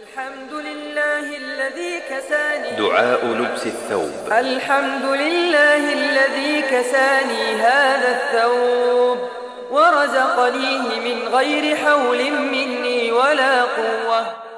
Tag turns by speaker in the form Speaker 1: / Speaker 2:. Speaker 1: الحمد لله الذي كساني
Speaker 2: دعاء لبس الثوب
Speaker 1: الحمد لله الذي كساني هذا الثوب ورزقنيه من غير حول مني ولا قوة